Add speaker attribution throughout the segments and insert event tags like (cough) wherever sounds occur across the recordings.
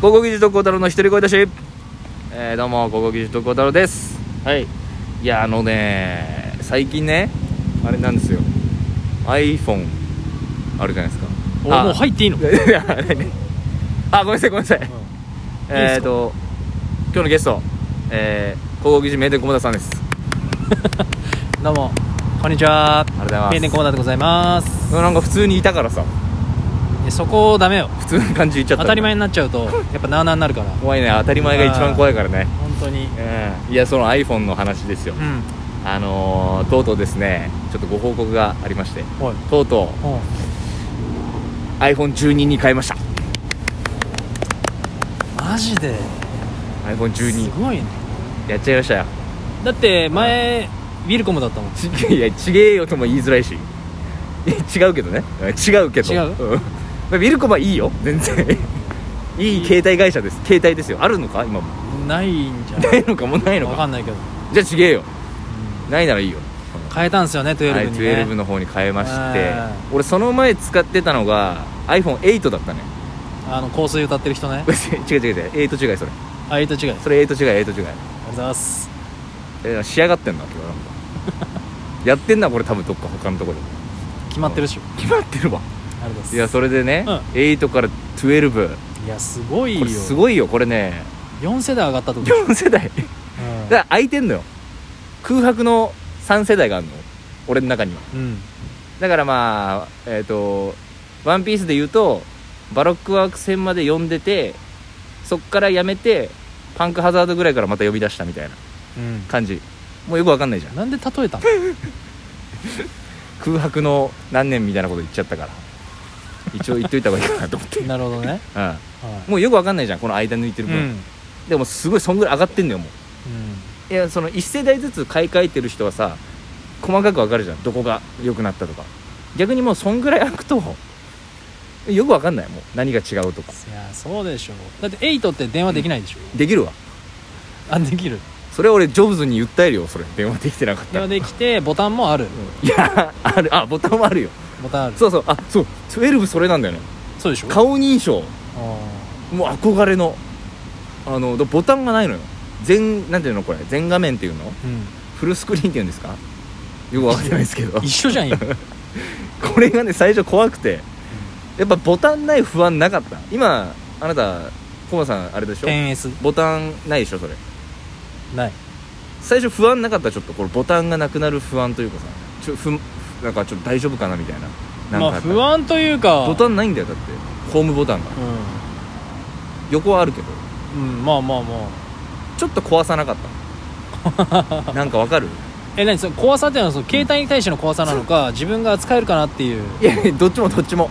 Speaker 1: 高校技術特攻太郎の一人声だし、えーどうも高校技術特攻太郎ですはいいやあのね最近ねあれなんですよ iPhone あるじゃないです
Speaker 2: お
Speaker 1: か
Speaker 2: もう入っていいの
Speaker 1: (laughs) いやあれねあごめんなさいごめんなさい、えっ、と今日のゲストえー、高校技術名店駒田さんです
Speaker 2: どうもこんにちは
Speaker 1: ありがとうございます
Speaker 2: 名店コーナーでございます
Speaker 1: なんか普通にいたからさ
Speaker 2: いやそこダメよ
Speaker 1: 普通の感じ言っちゃった
Speaker 2: 当たり前になっちゃうとやっぱなあなあになるから本
Speaker 1: 怖いね当たり前が一番怖いからね
Speaker 2: 当に
Speaker 1: いやその iPhone の話ですよ
Speaker 2: うん
Speaker 1: あのー、とうとうですねちょっとご報告がありまして
Speaker 2: おい
Speaker 1: とうとう
Speaker 2: おう
Speaker 1: iPhone12 に変えました
Speaker 2: マジで
Speaker 1: iPhone12
Speaker 2: すごいね
Speaker 1: やっちゃいましたよ
Speaker 2: だって前ウィルコムだったもん
Speaker 1: いやちげえよとも言いづらいしいや違うけどね違うけど
Speaker 2: 違
Speaker 1: うんまあウィルコムはいいよ全然いい携帯会社です携帯ですよあるのか今も
Speaker 2: ないんじゃな
Speaker 1: ないいのかもうないの
Speaker 2: わ
Speaker 1: か
Speaker 2: かんないけど
Speaker 1: じゃあちげえよないならいいよ
Speaker 2: 変えたんすよね
Speaker 1: はい、
Speaker 2: 12にね
Speaker 1: 12の方に変えまして
Speaker 2: あ
Speaker 1: 俺その前使ってたのが iPhone8 だったね (laughs)
Speaker 2: あの香水歌ってる人ね
Speaker 1: 違う違う違う8違いそれ
Speaker 2: あいと違いありがと
Speaker 1: それ8違い8違いう
Speaker 2: ございます
Speaker 1: えー仕上がってんな今日なんかやってんなこれ多分どっか他のとこで
Speaker 2: 決まってるっしょ
Speaker 1: 決まってるわ
Speaker 2: ありがとうございます
Speaker 1: いやそれでね、
Speaker 2: うん
Speaker 1: 8から12こ
Speaker 2: いやすごいよ
Speaker 1: れすごいよこれね
Speaker 2: 4世代上がったってことでし
Speaker 1: 4
Speaker 2: ょ
Speaker 1: 世代だか
Speaker 2: うん
Speaker 1: ら空いてんのよ空白の3世代があるの俺の中には
Speaker 2: うん
Speaker 1: だからまあえっ、と「ワンピースで言うとバロックワーク戦まで読んでてそっからやめてパンクハザードぐらいからまた呼び出したみたいな
Speaker 2: うん
Speaker 1: 感じもうよくわかんないじゃん
Speaker 2: なんで例えたの
Speaker 1: 空白の何年みたいなこと言っちゃったから一応言っといた方がいいかなと思って、 (laughs)
Speaker 2: なるほどね、
Speaker 1: う
Speaker 2: は
Speaker 1: ん、もうよくわかんないじゃんこの間抜いて
Speaker 2: い、
Speaker 1: る
Speaker 2: う
Speaker 1: 分、
Speaker 2: ん、
Speaker 1: でもすごいそんぐらい上がってんのよもういやその1世代ずつ買い替えてる人はさ細かくわかるじゃんどこが良くなったとか逆にもうそんぐらい開くとよくわかんないもう何が違うとか
Speaker 2: いやそうでしょだってエイトって電話できないでしょ、
Speaker 1: できるわ
Speaker 2: あできる
Speaker 1: それ俺ジョブズに訴えるよそれ電話できてなかった
Speaker 2: 電
Speaker 1: ら
Speaker 2: 話できてボタンもある、
Speaker 1: いやあるあボタンもあるよ
Speaker 2: ボタンあるそ
Speaker 1: そうそうあそう12それなんだよね
Speaker 2: うでしょ
Speaker 1: 顔認証
Speaker 2: あ
Speaker 1: もう憧れのあのだボタンがないのよ全なんていうのこれ全画面っていうの
Speaker 2: ーうん
Speaker 1: フルスクリーンっていうんですかよくわかんないですけど
Speaker 2: 一緒じゃんよ
Speaker 1: これがね最初怖くてやっぱボタンない不安なかった今あなたコマさんあれでしょ
Speaker 2: 10S
Speaker 1: ボタンないでしょそれ
Speaker 2: ない
Speaker 1: 最初不安なかったちょっとこれボタンがなくなる不安というかさちょふんなんかちょっと大丈夫かなみたいななん
Speaker 2: ま
Speaker 1: か
Speaker 2: あ
Speaker 1: った
Speaker 2: 不安というか
Speaker 1: ボタンないんだよだってホームボタンが横はあるけど
Speaker 2: うん、うん、まあまあまあ
Speaker 1: ちょっと壊さなか
Speaker 2: (laughs)
Speaker 1: ったなんかわかる
Speaker 2: え何その怖さっていうのはその携帯に対しての怖さなのか自分が扱えるかなっていう
Speaker 1: いやいやどっちもどっちも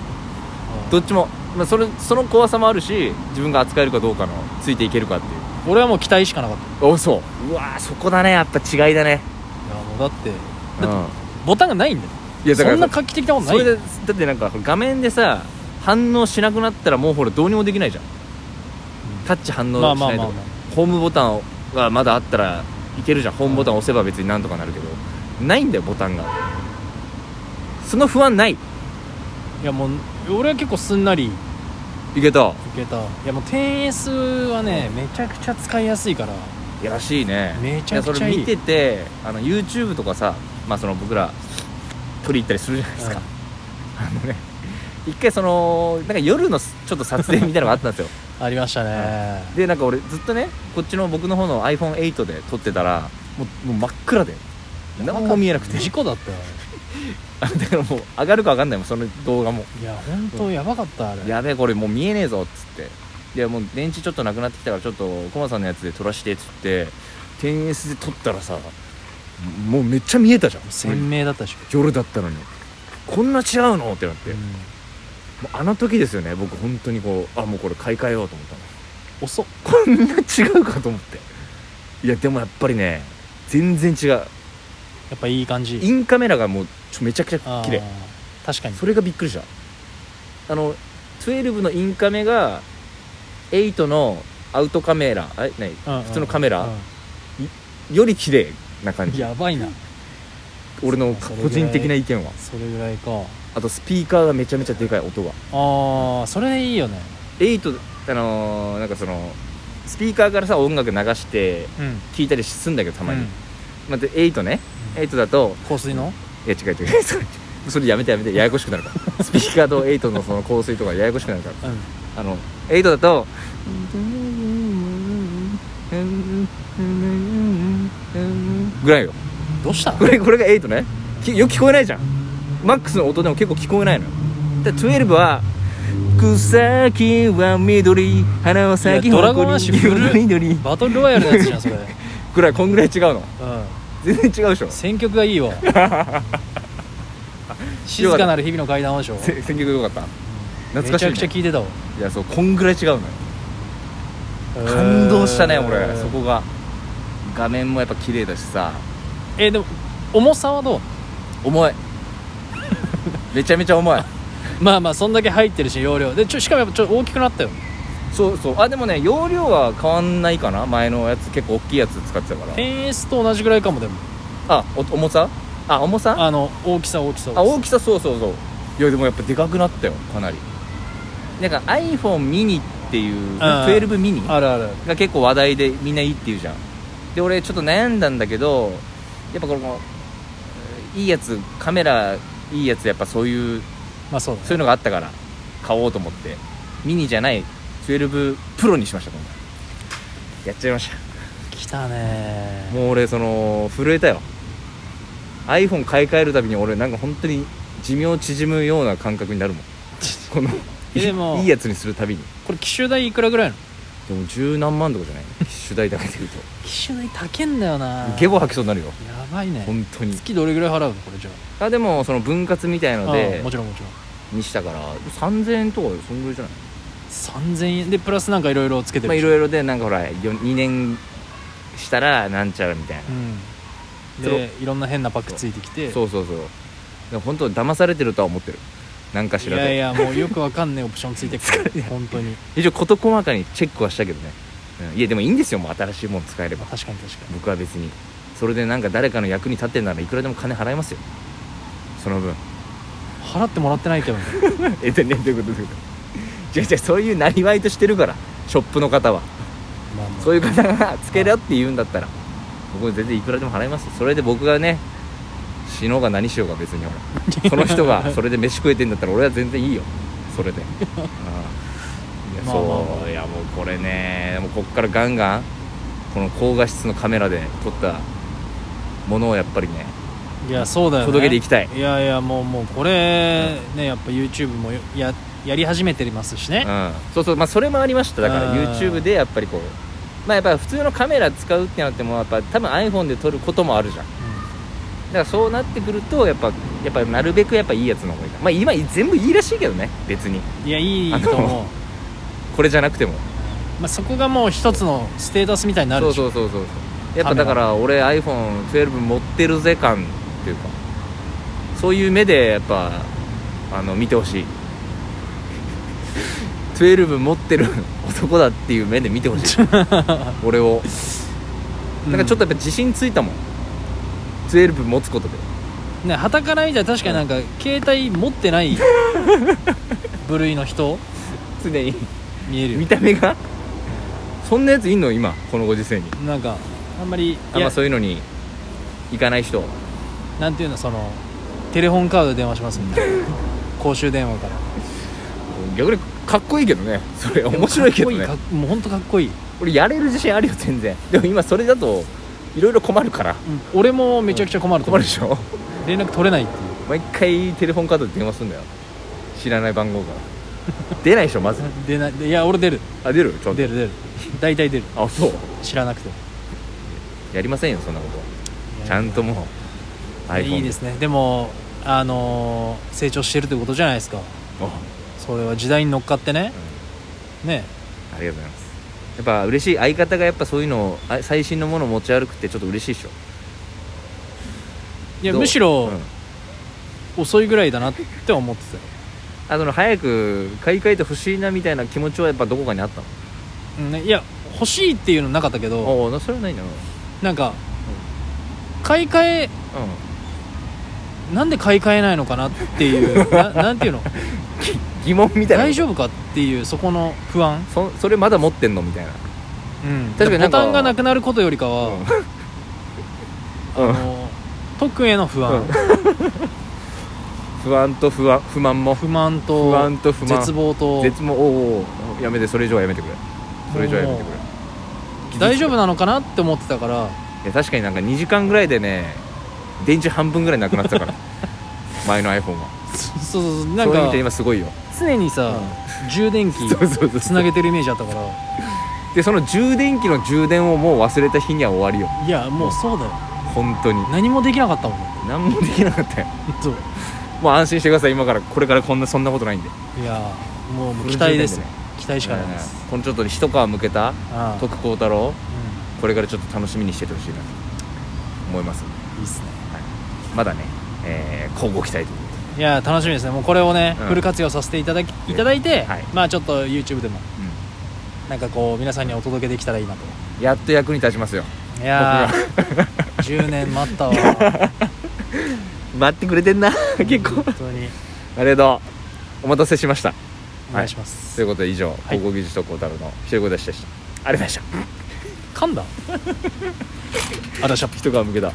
Speaker 1: どっちも、まあ、それその怖さもあるし自分が扱えるかどうかのついていけるかっていう
Speaker 2: 俺はもう期待しかなかった
Speaker 1: おそううわーそこだねやっぱ違いだね
Speaker 2: いやもうだって
Speaker 1: う
Speaker 2: だ
Speaker 1: ん
Speaker 2: ってボタンがないんだよ
Speaker 1: いやだか
Speaker 2: そ
Speaker 1: ら
Speaker 2: んな画期的なことな
Speaker 1: そ
Speaker 2: い
Speaker 1: れ
Speaker 2: よ
Speaker 1: でだってなんか画面でさ反応しなくなったらもうほらどうにもできないじゃんタッチ反応し
Speaker 2: まあまあ
Speaker 1: ない
Speaker 2: まあ
Speaker 1: と
Speaker 2: ま
Speaker 1: かホームボタンがまだあったらいけるじゃんホームボタン押せば別になんとかなるけどないんだよボタンがその不安ない
Speaker 2: あいやもう俺は結構すんなり
Speaker 1: いけた
Speaker 2: いけたいやもう 10S はねめちゃくちゃ使いやすいから
Speaker 1: いやらしいね
Speaker 2: めちゃくちゃ
Speaker 1: や
Speaker 2: いい
Speaker 1: それ見ててあの YouTube とかさ、まあ、その僕ら撮り行ったりするじゃないですか、あのね一回そのなんか夜のすちょっと撮影みたいなのがあったんですよ
Speaker 2: (laughs) ありましたね
Speaker 1: でなんか俺ずっとねこっちの僕の方の iPhone8 で撮ってたらもうもう真っ暗で何も見えなくて
Speaker 2: 事故だったよ
Speaker 1: あ (laughs) だからもう上がるか上がんないもんその動画も
Speaker 2: いや本当やばかったあれ
Speaker 1: やべえこれもう見えねえぞっつっていやもう電池ちょっとなくなってきたからちょっとコマさんのやつで撮らしてっつって 10S で撮ったらさもうめっちゃ見えたじゃん
Speaker 2: 鮮明だったでしょ
Speaker 1: 夜だったのにこんな違うのってなって、
Speaker 2: うん
Speaker 1: もうあの時ですよね僕本当にこうあもうこれ買い替えようと思ったの
Speaker 2: (laughs) 遅っ
Speaker 1: こんな違うかと思っていやでもやっぱりね全然違う
Speaker 2: やっぱいい感じ
Speaker 1: インカメラがもうちょめちゃくち
Speaker 2: あ
Speaker 1: ゃ
Speaker 2: ー
Speaker 1: 綺麗
Speaker 2: 確かに
Speaker 1: それがびっくりしたあの12のインカメが8のアウトカメラあれない
Speaker 2: うんうん
Speaker 1: 普通のカメラ
Speaker 2: う
Speaker 1: より綺麗な感
Speaker 2: ん
Speaker 1: じ
Speaker 2: やばいな
Speaker 1: 俺の個人的な意見は
Speaker 2: それぐらいか
Speaker 1: あとスピーカーがめちゃめちゃでかい音が
Speaker 2: ああそれいいよね
Speaker 1: 8あのーなんかそのスピーカーからさ音楽流して
Speaker 2: うん
Speaker 1: 聞いたりすんだけどたまに、
Speaker 2: うん
Speaker 1: まあ、で8ね
Speaker 2: うん
Speaker 1: 8だと
Speaker 2: 香水の
Speaker 1: いや違う違う
Speaker 2: (laughs)
Speaker 1: 違うそれそれやめてやめてややこしくなるからスピーカーと8のその香水とかややこしくなるから
Speaker 2: うん
Speaker 1: あの8だとぐらいよ
Speaker 2: どうしたの
Speaker 1: これこれが8ねきよく聞こえないじゃんマックスの音でも結構聞こえないのよで12は草木は緑花は咲き
Speaker 2: いやドラゴンアッシュ
Speaker 1: 誇り
Speaker 2: 古い
Speaker 1: 緑
Speaker 2: バトルロワイヤルのやつじゃんそれうん
Speaker 1: ぐらいこんぐらい違うの全然違うで
Speaker 2: (laughs)
Speaker 1: しょ
Speaker 2: 選曲がいいわ静かなる日々の階段でしょ
Speaker 1: せ選曲よかった懐
Speaker 2: め
Speaker 1: か
Speaker 2: ち
Speaker 1: しい
Speaker 2: ゃ
Speaker 1: ね
Speaker 2: くちゃ聞いてたわ
Speaker 1: いやそうこんぐらい違うのよ感動したね
Speaker 2: へー
Speaker 1: 俺そこが画面もやっぱ綺麗だしさ
Speaker 2: えーでも重さはどう
Speaker 1: 重いめちゃめちゃ重い
Speaker 2: まあまあそんだけ入ってるし容量でちょしかもやっぱちょっと大きくなったよ
Speaker 1: そうそうあでもね容量は変わんないかな前のやつ結構大きいやつ使ってたから
Speaker 2: 10S と同じぐらいかもでも
Speaker 1: あお重さあ重さあ
Speaker 2: あの大きさ大きさ
Speaker 1: 大きさそうそうそういやでもやっぱでかくなったよかなりなんか iPhone ミニっていう
Speaker 2: あー
Speaker 1: 12ミニ
Speaker 2: あるあるある
Speaker 1: が結構話題でみんないいって言うじゃんで俺ちょっと悩んだんだけどやっぱこのえーいいやつカメラいいやつやっぱそういう
Speaker 2: まあそうだ
Speaker 1: そういうのがあったから買おうと思ってミニじゃない12プロにしました今回やっちゃいました
Speaker 2: 来たね
Speaker 1: もう俺その震えたよ iPhone 買い替えるたびに俺なんか本当に寿命縮むような感覚になる (laughs) もんこの
Speaker 2: えでも
Speaker 1: いいやつにするたびに
Speaker 2: これ機種代いくらぐらいなの
Speaker 1: でも十何万とかじゃない主題だけで言う (laughs) と
Speaker 2: 機種代高えんだよな
Speaker 1: ゲボ吐きそうになるよ
Speaker 2: やばいね
Speaker 1: 本当に
Speaker 2: 月どれぐらい払うのこれじゃ
Speaker 1: あでもその分割みたい
Speaker 2: あ
Speaker 1: ので
Speaker 2: ああもちろんもちろん
Speaker 1: にしたから3000円とかそんぐらいじゃない
Speaker 2: 3000円でプラスなんかいろいろつけて
Speaker 1: まあ
Speaker 2: る
Speaker 1: い
Speaker 2: でしょ
Speaker 1: ろいろでなんかほら2年したらなんちゃらみたいな、
Speaker 2: うんでいろんな変なパックついてきて
Speaker 1: そうそうそうだから本当騙されてるとは思ってるなんかし
Speaker 2: い
Speaker 1: らで
Speaker 2: やいやもうよくわかんねえオプションついてくる本当に
Speaker 1: 一応事細かにチェックはしたけどね、うんいやでもいいんですよもう新しいもの使えれば
Speaker 2: 確かに確かに
Speaker 1: 僕は別にそれでなんか誰かの役に立ってんならいくらでも金払いますよその分 (laughs)
Speaker 2: 払ってもらってないけどね
Speaker 1: えでねどういうことどういうこと違う違うそういうなりわいとしてるからショップの方は
Speaker 2: まあまあ
Speaker 1: そういう方がつけろって言うんだったら僕は全然いくらでも払いますよそれで僕がね死のうが何しようが別にほらその人がそれで飯食えてんだったら俺は全然いいよそれでああいや
Speaker 2: まあ
Speaker 1: そう、
Speaker 2: まあまあ
Speaker 1: いやもうこれねもうこっからガンガンこの高画質のカメラで撮ったものをやっぱりね
Speaker 2: いやそうだよ、ね、
Speaker 1: 届けていきたい
Speaker 2: いやいやもうもうこれ、ねやっぱ YouTube もよややり始めてますしね、
Speaker 1: うん、そうそうまあそれもありましただから
Speaker 2: あー
Speaker 1: YouTube でやっぱりこうまあやっぱ普通のカメラ使うってなってもやっぱ多分 iPhone で撮ることもあるじゃんだからそうなってくるとやっぱやっぱなるべくやっぱいいやつの方がいいなまあ今全部いいらしいけどね別に
Speaker 2: うんいやいいと思う、
Speaker 1: これじゃなくても
Speaker 2: まあ、そこがもう一つのステータスみたいになる
Speaker 1: そう
Speaker 2: でしょ
Speaker 1: そうそうそうやっぱだから俺 iPhone12 持ってるぜ感っていうかそういう目でやっぱあの見てほしい12持ってる男だっていう目で見てほ
Speaker 2: (laughs)
Speaker 1: しい俺を
Speaker 2: う
Speaker 1: なんかちょっと
Speaker 2: と、
Speaker 1: やっぱ自信ついたもん12持つことで
Speaker 2: ね旗から見たら確かになんか携帯持ってない部類の人
Speaker 1: 常に
Speaker 2: 見える
Speaker 1: (laughs) 見
Speaker 2: よ
Speaker 1: た目がそんなやついんの今このご時世に
Speaker 2: なんかあんまりい
Speaker 1: あん
Speaker 2: や
Speaker 1: まそういうのに行かない人
Speaker 2: なんていうのそのテレホンカードで電話しますみた
Speaker 1: (laughs)
Speaker 2: いな公衆電話から
Speaker 1: 逆にかっこいいけどねそれ面白いけど
Speaker 2: でも
Speaker 1: ね
Speaker 2: かっこいいかっもう本当かっこいい、
Speaker 1: 俺やれる自信あるよ全然でも今それだといろいろ困るから
Speaker 2: 俺もめちゃくちゃ困ると
Speaker 1: 困
Speaker 2: 思う
Speaker 1: るでしょ
Speaker 2: 連絡取れないっていう
Speaker 1: 毎回テレホンカードで電話すんだよ知らない番号から出ないでしょまず
Speaker 2: 出ないでいや俺出る
Speaker 1: あ出るちょっと
Speaker 2: 出る出る大体出る
Speaker 1: あそう
Speaker 2: 知らなくても
Speaker 1: やりませんよそんなことはいちゃ
Speaker 2: や
Speaker 1: んともう iPhone
Speaker 2: いいですねでもあのー成長してるってことじゃないですか
Speaker 1: あ
Speaker 2: それは時代に乗っかってね、ね
Speaker 1: ありがとうございますやっぱ嬉しい相方がやっぱそういうのをあ最新のものを持ち歩くってちょっと嬉しいでしょ
Speaker 2: いや
Speaker 1: どう
Speaker 2: むしろ
Speaker 1: うん
Speaker 2: 遅いぐらいだなって思ってたよ
Speaker 1: あその早く買い替えてほしいなみたいな気持ちはやっぱどこかにあったの
Speaker 2: うんねいや欲しいっていうのなかったけど
Speaker 1: ああなそれはないなうん
Speaker 2: なんか買い替え
Speaker 1: (laughs)
Speaker 2: なんで買い替えないのかなっていうななんていうの
Speaker 1: 疑問みたいな
Speaker 2: 大
Speaker 1: 夫
Speaker 2: 丈夫かってっていうそこの不安、
Speaker 1: そそれまだ持ってんのみたいな
Speaker 2: うん、
Speaker 1: 確かになん
Speaker 2: ボ
Speaker 1: か
Speaker 2: タンがなくなることよりかは、
Speaker 1: うん、う
Speaker 2: あ
Speaker 1: ん、
Speaker 2: の特への不安、
Speaker 1: (laughs) 不安と不安不満も
Speaker 2: 不満と
Speaker 1: 不安と不満
Speaker 2: 絶望と
Speaker 1: 絶望おうおうおうやめてそれ以上はやめてくれそれ以上はやめてくれ
Speaker 2: 大丈夫なのかなって思ってたから
Speaker 1: いや確かになんか2時間ぐらいでね電池半分ぐらいなくなって
Speaker 2: (laughs)
Speaker 1: たから前の iPhone は
Speaker 2: そうそうそうな
Speaker 1: そ
Speaker 2: ん
Speaker 1: ういう意
Speaker 2: か
Speaker 1: 味で今すごいよ
Speaker 2: 常にさ、充電器
Speaker 1: そうそうそう
Speaker 2: つなげてるイメージあったから
Speaker 1: でその充電器の充電をもう忘れた日には終わりよ
Speaker 2: いやもうそうだよ
Speaker 1: 本当に
Speaker 2: 何もできなかったもん
Speaker 1: 何もできなかったよ
Speaker 2: そう
Speaker 1: もう安心してください今からこれからこんなそんなことないんで
Speaker 2: いやもうもう期待で
Speaker 1: フル充電で
Speaker 2: す
Speaker 1: ね
Speaker 2: 期待しかないです、
Speaker 1: このちょっと一皮向けた
Speaker 2: ああ
Speaker 1: 徳光太郎
Speaker 2: う
Speaker 1: これからちょっと楽しみにしててほしいなと思います
Speaker 2: んいいっすね
Speaker 1: まだね、えー、交互期待というこ
Speaker 2: いや楽しみですねもうこれをね、
Speaker 1: うん
Speaker 2: フル活用させていただきいただいて、
Speaker 1: はい
Speaker 2: まあちょっと YouTube でも
Speaker 1: とで、
Speaker 2: なんかこう皆さんにお届けできたらいいなと
Speaker 1: うんやっと役に立ちますよ
Speaker 2: いやー10年待ったわ
Speaker 1: 待ってくれてんな (laughs) 結構
Speaker 2: 本当に
Speaker 1: ありがとうお待たせしました
Speaker 2: お願いします、
Speaker 1: ということで以上「
Speaker 2: い
Speaker 1: 高校技術特攻太郎の一人ごでした」ありがとうございました
Speaker 2: 噛んだあだしゃ
Speaker 1: 一皮向けた